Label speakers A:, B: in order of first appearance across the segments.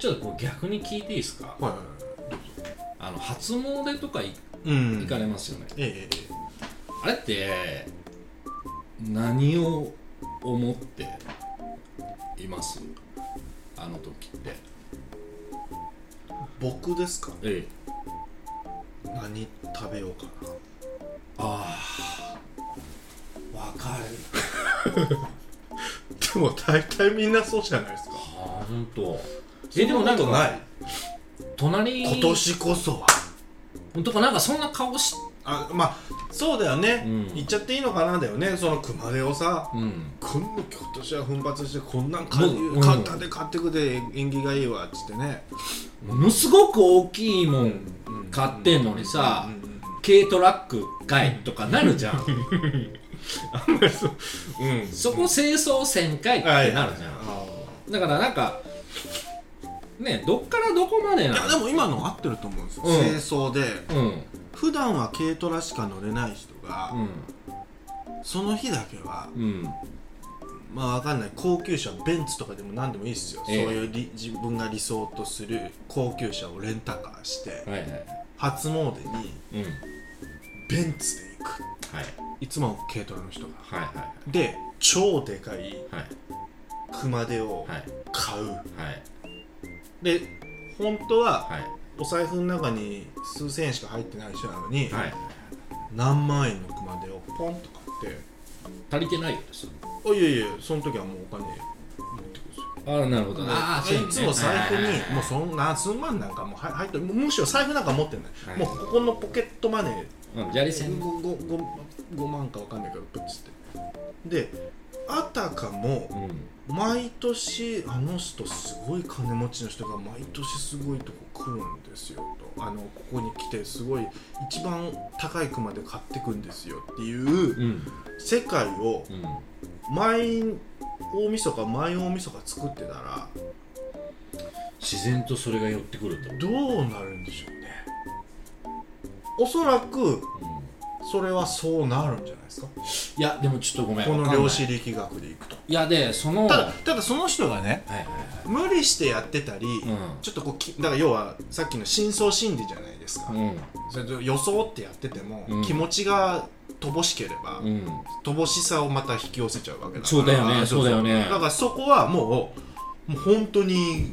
A: ちょっとこれ逆に聞いていいですか
B: はいは
A: あの初詣とかい
B: いうん
A: 行かれますよね、
B: ええ
A: あれって何を思っていますあの時って
B: 僕ですか
A: ええ
B: 何食べようかな
A: ああわかる
B: でも大体みんなそうじゃないですか
A: ああほんと
B: えでもなんかない
A: 隣
B: 今年こそは
A: とかなんかそんな顔し
B: あまあそうだよね、
A: うん
B: 言っちゃっていいのかなだよねその熊手をさ
A: うん
B: こんな今年は奮発してこんなん買
A: もう
B: う
A: うん
B: 簡単で買ってくで縁起がいいわっつってね
A: ものすごく大きいもん買ってんのにさ、
B: うんうん
A: 軽トラックかいとかなるじ ゃん
B: うん、うん
A: そこ清掃せんかいって
B: は
A: ないるじゃん、
B: あ
A: だからなんかねどっからどこまで
B: ーい
A: な
B: やでも今の合ってると思うんですよ、
A: うん
B: 清掃で
A: うんうん
B: 普段は軽トラしか乗れない人が、その日だけは
A: うん
B: まあわかんない高級車ベンツとかでも何でもいいっすよ、
A: ええ
B: そういうり自分が理想とする高級車をレンタカーして
A: はいはい
B: 初詣に
A: うんはい
B: ベンツで行くいつも軽トラの人が
A: はいは
B: で超でかい
A: いはい
B: 熊手を
A: はい
B: 買う、
A: はい
B: で本当は
A: はい
B: お財布の中に数千円しか入ってない人なのに、
A: はい
B: 何万円の熊手をポンと買って
A: 足りてないようです
B: あいやいやその時はもうお金持ってくるんですよ
A: ああなるほど
B: あ
A: そうね
B: いつも財布
A: はいはいはい
B: にもうそんな数万なんかもうは入ってもうむしろ財布なんか持ってない、
A: はい
B: もうここのポケットマネー
A: うん砂利線
B: 5, 5, 5, 万かわかんないけどプッつってであたかも
A: うん
B: 毎年あの人すごい金持ちの人が毎年すごいとこ来るんですよとあのここに来てすごい一番高い熊で買ってくんですよっていう
A: うん
B: 世界を
A: うん
B: 毎大晦日毎大晦日作ってたら
A: 自然とそれが寄ってくるってこ
B: どうなるんでしょうねおそらく
A: と、うん
B: それはそうなるんじゃないですか
A: いやでもちょっとごめん
B: こ
A: わ
B: の
A: かんない
B: 量子力学でいくと
A: いやでその
B: ただただその人がね
A: はいはいは
B: 無理してやってたり、
A: いうん
B: ちょっとこうきだから要はさっきの深層心理じゃないですか、それと予想ってやってても、
A: うん
B: 気持ちが乏しければ、
A: うん、うん、
B: 乏しさをまた引き寄せちゃうわけだから
A: そうだよねそうだよね
B: だからそこはもうもう本当に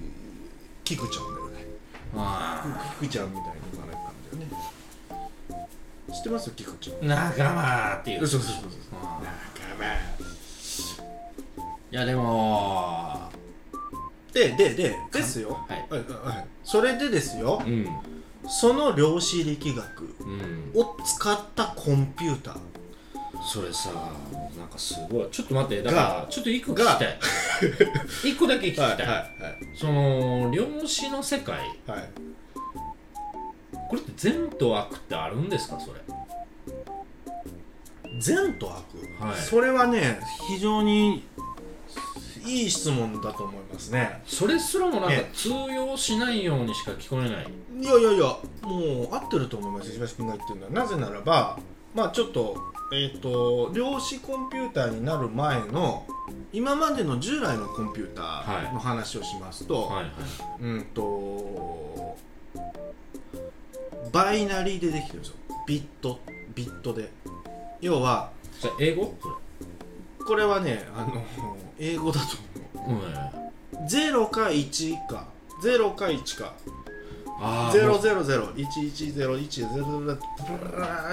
B: 菊ちゃんだよね
A: あ
B: 菊ちゃんみたいにいかないんだよね知ってますよ菊ちゃん
A: あ仲間っていう
B: そうそうそうそう
A: あー
B: 仲間
A: いやでも
B: でででですよ
A: はい
B: はいはいはいそれでですよ
A: うん
B: その量子力学
A: うん
B: を使ったコンピューター
A: それさなんかすごいちょっと待ってだか
B: が
A: らちょっと一個聞きたい 一個だけ聞きたい、その量子の世界
B: いはい
A: これって善と悪ってあるんですかそれ
B: 善と悪、
A: はい
B: それはね非常にいい質問だと思いますね
A: それすらもなんか
B: え
A: 通用しないようにしか聞こえない
B: いやいやいやもう合ってると思います石橋君が言ってるのはなぜならばまあちょっとえっ、と量子コンピューターになる前の今までの従来のコンピューターの話をしますと、
A: はいはい
B: うんとバイナリーでできてるんですよビットビットで要は
A: じゃあ英語それ
B: これはねあの英語だと思
A: うん
B: う0か1か0か1か
A: あーもう
B: 000110100っ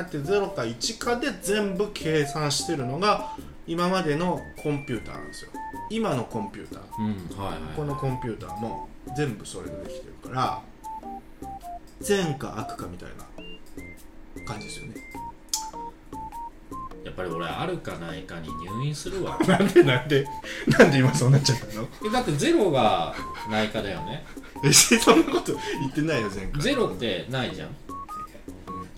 B: て0か1かで全部計算してるのが今までのコンピューターなんですよ今のコンピューター
A: うんはいはい
B: このコンピューターも全部それでできてるから善か悪かみたいな感じですよね
A: やっぱり俺あるかないかに入院するわ
B: なんでなんでなんで今そうなっちゃったの
A: えだってゼロがないかだよね
B: えそんなこと言ってないよ前回
A: ゼロってないじゃん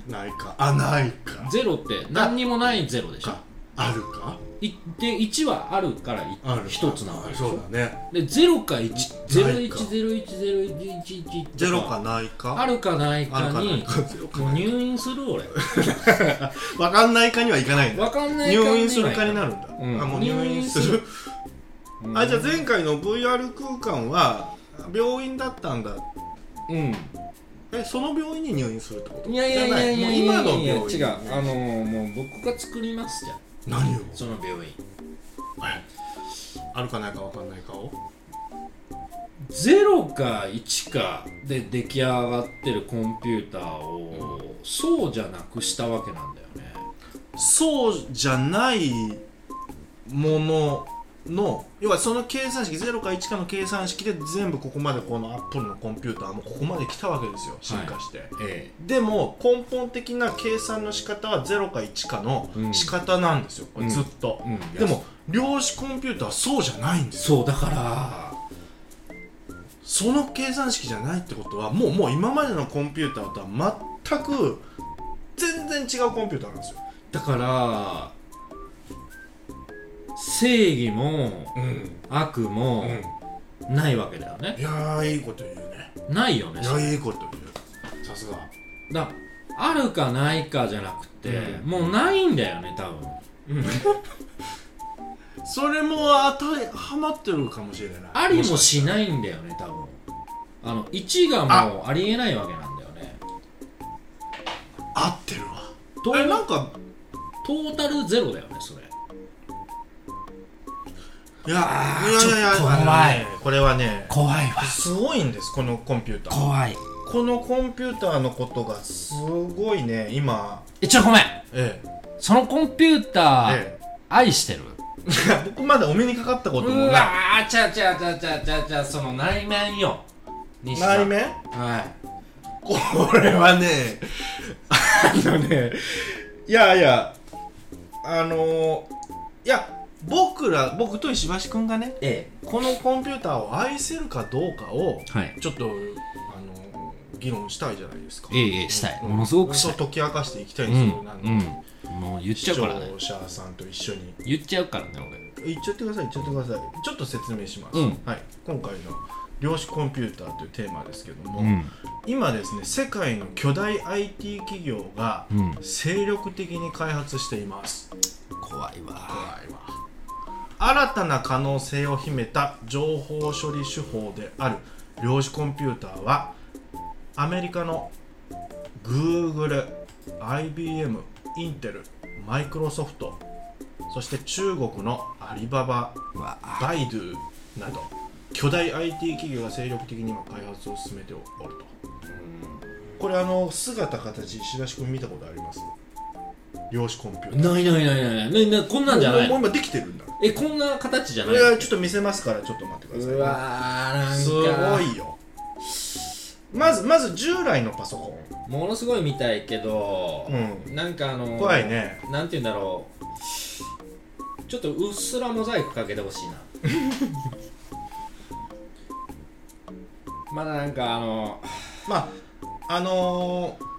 B: うんないかあないか
A: ゼロって何にもないゼロでしょ
B: かあるか
A: いで1はあるからい
B: ある
A: 一つなわけでしょ
B: そうだね
A: で0か
B: ないか
A: 101010111
B: ゼロかないか
A: あるかない
B: ある
A: か
B: かない
A: に
B: かゼロか
A: もう
B: ない
A: 入院する俺
B: かわかんないかにはいかないんだ
A: わかんないか
B: 入院するかにな
A: る
B: るんだ、
A: うん
B: あもう入院す
A: 入
B: る
A: 院する
B: あじゃあ前回の VR 空間は病院だったんだ
A: うん
B: えその病院に入院するってこと
A: いやいやいやいやい
B: じゃな
A: や
B: いもう
A: いや
B: 今の病院
A: 違うあのーもう僕が作りますじゃん
B: 何を
A: その病院
B: あるかないかわかんないかを
A: 0か1かで出来上がってるコンピューターを、そうじゃなくしたわけなんだよね
B: そうじゃないものの要はその計算式0か1かの計算式で全部ここまでこのアップルのコンピューターもここまで来たわけですよ進化して、
A: え
B: でも根本的な計算の仕方は0か1かの仕方なんですよ、これずっと、
A: え、うん、
B: でも量子コンピューターはそうじゃないんですよ
A: そうだから
B: その計算式じゃないってことはもうもう今までのコンピューターとは全く全然違うコンピューターなんですよ、
A: だから正義も
B: うん
A: 悪もないわけだよね
B: い、やーいいこと言うね
A: ないよね
B: いやいいこと言うさすが
A: だあるかないかじゃなくて、
B: うん
A: もうないんだよね多分
B: それも当たりはまってるかもしれない
A: ありもしないんだよね多分あの1がもうありえないわけなんだよね
B: 合ってるわ
A: ト
B: え
A: ー
B: なんか
A: トータルゼロだよねそれ
B: いや
A: あー
B: いやいやいや
A: ちょっと怖い
B: あのねこれはね
A: 怖いわ
B: すごいんですこのコンピューター
A: 怖い
B: このコンピューターのことがすごいね今
A: えちょごめん
B: ええ
A: そのコンピューター、
B: え
A: 愛してる
B: えいや 僕まだお目にかかったこと
A: う
B: もない
A: わーちゃうちゃうちゃうちゃうちゃうちゃうその内面よ西さん
B: 内面
A: はい
B: これはねあのねいやいやあのいや僕ら僕と石橋君がね
A: え
B: このコンピューターを愛せるかどうかを
A: えはい
B: ちょっとあの議論したいじゃないですか
A: ええええしたいものすごくしたい
B: そう解き明かしていきたいん
A: う
B: です
A: ん
B: よ、なんか
A: うんもう言っ
B: 視
A: ちゃうからね
B: 聴者さんと一緒に
A: 言っちゃうからね俺
B: 言っちゃってください言っちゃってくださいちょっと説明します、
A: うん
B: はい、今回の「量子コンピューター」というテーマですけども、
A: うん
B: 今ですね世界の巨大 IT 企業が
A: うん
B: 精力的に開発しています
A: 怖いわ
B: 怖いわ新たな可能性を秘めた情報処理手法である量子コンピューターはアメリカの Google、IBM、インテル、マイクロソフトそして中国のアリババ、
A: うわ
B: バイドゥなど巨大 IT 企業が精力的に今開発を進めておるとこれあの姿形石橋君見たことあります量子コンピューター
A: ないないないないないないこんなんじゃない
B: もうもう今できてるんだ
A: えこんな形じゃ
B: こ
A: ない
B: れはちょっと見せますからちょっと待ってください、ね、
A: うわーなんか
B: すごいよまずまず従来のパソコ
A: ものすごいみたいけど、
B: う
A: なんかあのー、
B: ン怖いね
A: なんて言うんだろうちょっとうっすらモザイクかけてほし いなまだなんかあの
B: まああのー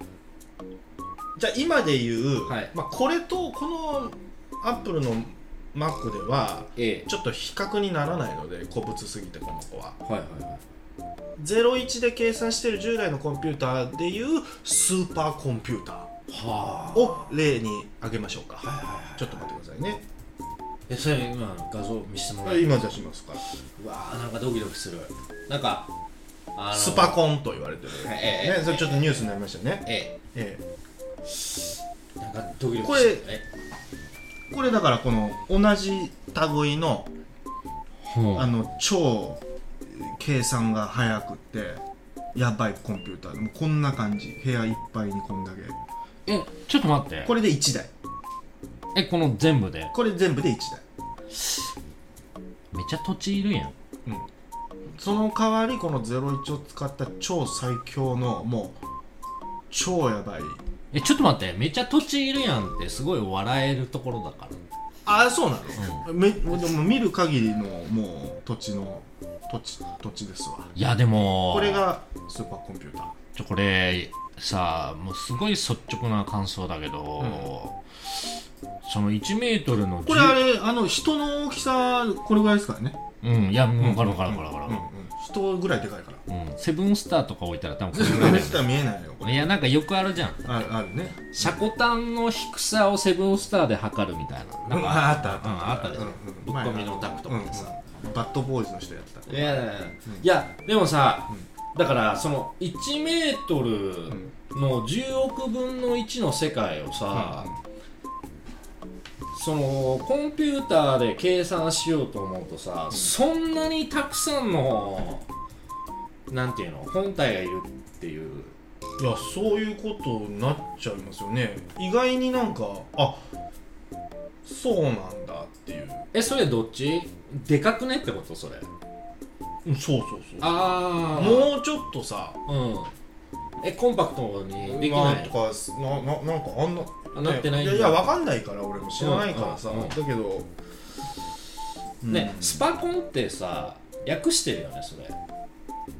B: じゃあ今で言う、
A: はい
B: まあ、これとこのアップルの Mac では
A: ええ
B: ちょっと比較にならないので古物すぎてこの子は
A: はいはいはい
B: 01で計算してる従来のコンピューターでいうスーパーコンピュータ
A: は
B: ー
A: お
B: を例に挙げましょうか、
A: いはいはい
B: ちょっと待ってくださいね
A: えそれ今の画像見せてもらえる
B: 今出しますから
A: うわーなんかドキドキするなんかあのー
B: スパコンと言われてる、
A: はいええ
B: ね、それちょっとニュースになりましたね、
A: え
B: え
A: えなんかドキドキ
B: こ
A: す
B: れ
A: るえ
B: え、これだからこの同じ類の
A: ほ
B: あの超計算が速くってやばいコンピューターでもうこんな感じ部屋いっぱいにこんだけ
A: えちょっと待って
B: これで1台
A: えこの全部で
B: これ全部で1台
A: めっちゃ土地いるやん
B: その代わりこの01を使った超最強のもう超やばい
A: えちょっと待ってめっちゃ土地いるやんってすごい笑えるところだから
B: ああそうなの、めでも見る限りのもう土地の土地土地ですわ
A: いやでも
B: これがスーパーコンピューター
A: ちょこれさもうすごい率直な感想だけど、その1メートルの
B: これあれあの人の大きさこれぐらいですからね
A: うんいやもう分かる分かる分かる分かる、
B: 人ぐらいでかいから
A: うんセブンスターとか置いたら多分これぐらいだよ
B: 人は見えないよこ
A: ねい
B: れ
A: やなんかよくあるじゃん
B: あるあるね
A: 車庫端の低さをセブンスターで測るみたいななんか
B: ああったあった
A: うんあったでしょ
B: うんうん
A: ぶっ込みのタクとかでさ
B: うんうんバッドボーイズの人やってた
A: いやいやいやいやでもさ、だからその1メート
B: う
A: ル
B: ん
A: の10億分の1の世界をさ、そのコンピューターで計算しようと思うとさ、そんなにたくさんのなんていうの本体がいるっていう
B: いやそういうことになっちゃいますよね意外になんかあそうなんだっていう
A: えそれどっちでかくねってことそれ
B: うんそうそうそう
A: ああ
B: もうちょっとさ
A: うんえコンパクトにでき
B: まあ
A: ない
B: とかなななんかあんな
A: あなってないん
B: い
A: だ
B: やいやわかんないから俺も知らないからさ、
A: うんうんうん
B: だけど、
A: ね、
B: うん
A: スパコンってさ訳してるよねそれ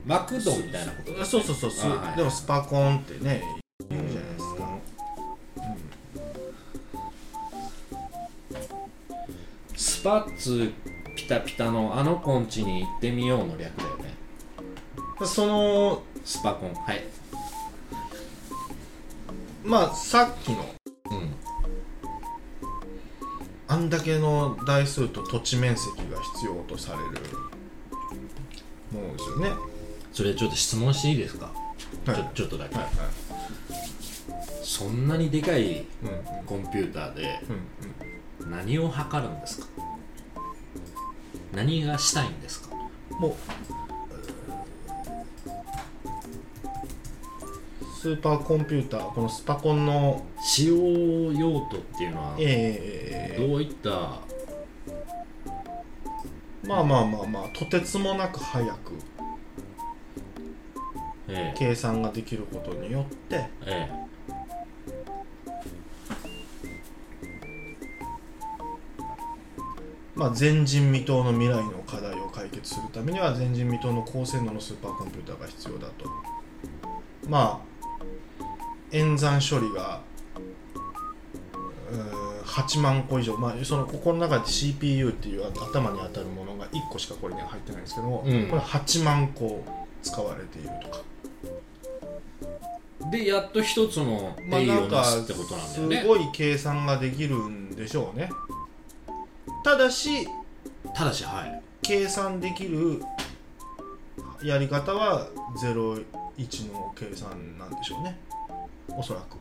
A: マクドみたいなことだよね
B: そうそうそうそう、
A: あはい
B: でもスパコンってね言うじゃないですか、
A: スパッツピタピタのあのコンチに行ってみようの略だよね
B: その
A: スパコンはい
B: まあさっきの
A: うん
B: あんだけの台数と土地面積が必要とされるものですよね
A: それちょっと質問していいですか、
B: はい
A: ちょちょっとだけ、
B: はい
A: そんなにでかい
B: うんうん
A: コンピューターで
B: うんうん
A: 何を測るんですか何がしたいんですか
B: もうスーパーコンピューターこのスパコンの
A: 使用用途っていうのは
B: え
A: どういった
B: ー、まあまあまあまあとてつもなく早く
A: ええ
B: 計算ができることによって
A: え
B: まあ、前人未到の未来の課題を解決するためには前人未到の高性能のスーパーコンピューターが必要だとまあ演算処理がうーん8万個以上、まあ、そのここの中で CPU っていう頭に当たるものが1個しかこれには入ってないんですけども、
A: うん
B: これ8万個使われているとか、
A: えでやっと一つの
B: まあ、
A: 栄
B: な
A: 養
B: ん
A: な
B: か
A: すっ
B: す
A: てことなんだよね、
B: ごい計算ができるんでしょうねただした
A: だしはい
B: 計算できるやり方は01の計算なんでしょうねおそらく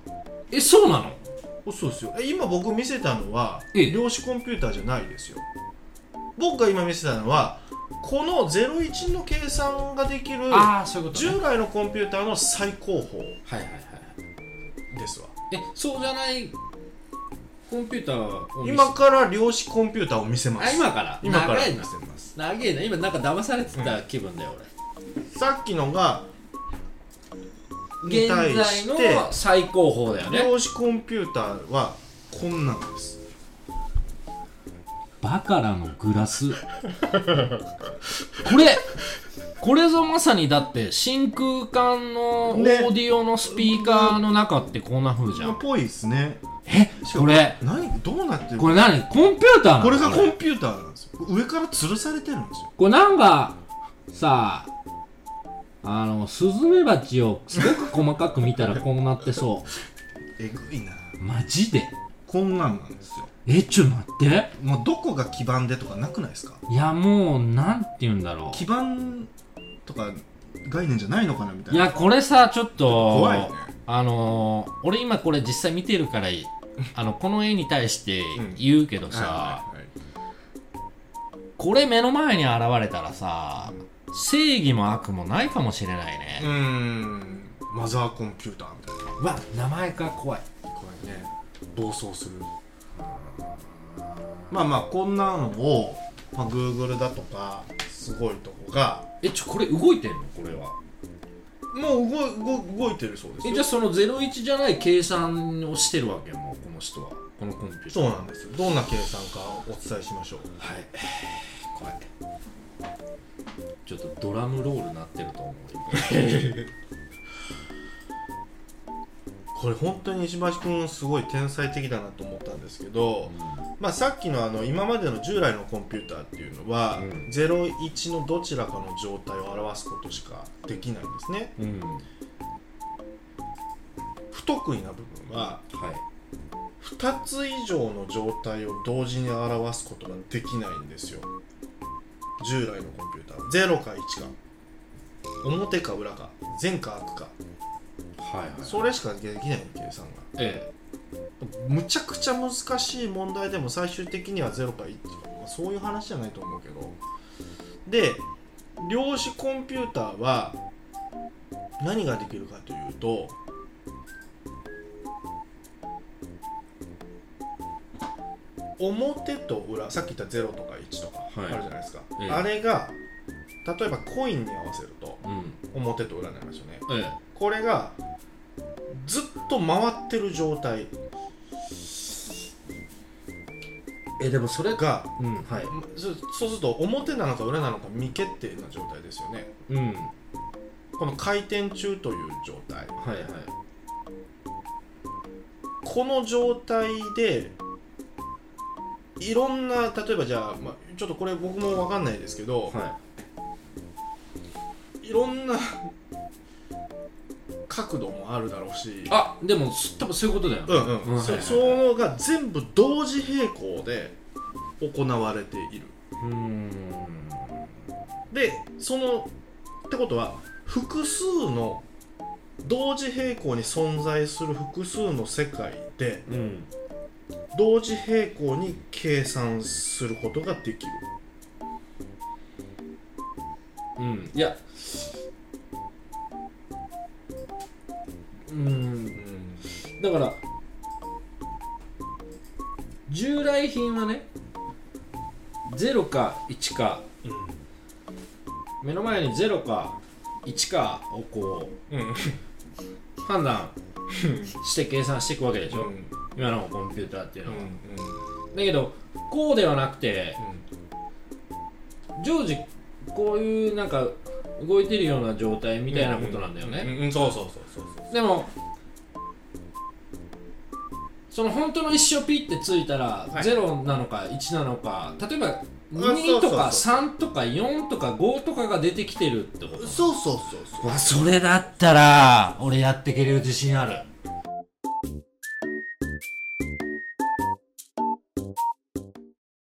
A: えそうなの
B: おそうですよえ今僕見せたのは
A: ええ
B: 量子コンピューターじゃないですよ僕が今見せたのはこの01の計算ができる
A: ああそういうこと、ね、
B: 従来のコンピューターの最高峰
A: はいはいはい
B: ですわ
A: えそうじゃないコンピューターを見せ
B: 今から量子コンピューターを見せま
A: あ
B: す
A: 今から
B: 今から
A: 長
B: 見
A: い
B: せ
A: な
B: ます
A: 長いな今なんか騙されてた気分だよ、
B: さっきのが
A: 俺
B: に対
A: 現在
B: して
A: の最高峰だよね
B: 量子コンピューターはこんなのです
A: バカラのグラスこれこれぞまさにだって真空管のオー
B: ね
A: ディオのスピーカーの中ってこんな風じゃん、
B: ぽいですね
A: えこれ
B: 何どうなってる
A: これ何コンピューターなの
B: これがコンピューターなんですよ上から吊るされてるんですよ
A: これなんかさあのスズメバチをすごく細かく見たらこうなってそ
B: えぐいな
A: うマジで
B: こんなんなんですよ
A: えちょっと待って
B: もうどこが基盤でとかなくないですか
A: いやもうなんて言うんだろ
B: 基盤とか概念じゃないのかなみた
A: う
B: い
A: い
B: な
A: やこれさちょっと
B: 怖いね
A: あのー俺今これ実際見てるからいいあのこの絵に対して言うけどさ、
B: はいはいはい
A: これ目の前に現れたらさ正義も悪もないかもしれないうね、
B: ーんマザーコンピューターみたいな
A: うわ名前が怖い
B: 怖いね暴走するまあまあこんなのを、まあ、Google だとかすごいとこが
A: えちょこれ動いてんのこれは
B: もう動い動動いてるそうです
A: え
B: よ
A: じゃあその01じゃない計算をしてるわけよもうこの人はこのコンピューター
B: そうなんですよどんな計算かお伝えしましょう
A: はい怖いちょっとドラムロールなってると思う
B: これ本当に石橋君すごい天才的だなと思ったんですけど、まあ、さっきのあの今までの従来のコンピューターっていうのは、
A: うん
B: 01のどちらかの状態を表すことしかできないんですね
A: うん、うん、
B: 不得意な部分は
A: はい
B: 2つ以上の状態を同時に表すことができないんですよ従来のコンピューターは0か1か表か裏か善か悪か
A: はいはい
B: それしかできないの計算が
A: え
B: むちゃくちゃ難しい問題でも最終的には0か1、まあ、そういう話じゃないと思うけどで量子コンピューターは何ができるかというと表と裏さっき言った0とか1とかあ
A: はい
B: るじゃないですか、
A: ええ
B: あれが例えばコインに合わせると
A: えうん
B: 表と裏になりますよね
A: ええ
B: これがずっと回ってる状態
A: えでもそれ
B: が、
A: うんは
B: まそうそうすると表なのか裏なのか未決定な状態ですよね
A: うんはい
B: この回転中という状態
A: はい
B: この状態でいろんな例えばじゃあ、まあ、ちょっとこれ僕も分かんないですけど、、
A: はい
B: ろんな角度もあるだろうし
A: あでもす多分そういうことだよね
B: うんう
A: はい
B: ん、
A: はい
B: そ
A: はい
B: そのが全部同時並行で行われている
A: うーん
B: でそのってことは複数の同時並行に存在する複数の世界で
A: うん
B: 同時並行に計算することができる
A: うんいやうーんだから従来品はね0か1か目の前に0か1かをこ
B: うんうん
A: う判断 して計算していくわけでしょ、
B: うん
A: 今のコンピューターっていう
B: う
A: のは、
B: ん
A: だけどこうではなくて常時こういうなんか動いてるような状態みたいなことなんだよね、
B: うんうんそうそうそうそうそう
A: でもその本当の一生ピッてついたら、
B: はい
A: 0なのか1なのか例えば
B: そうそう
A: 2とか
B: そ
A: 3とか4とか5とかが出てきてるってこと
B: そうそうそうそう
A: わそれだったら俺やっていける自信ある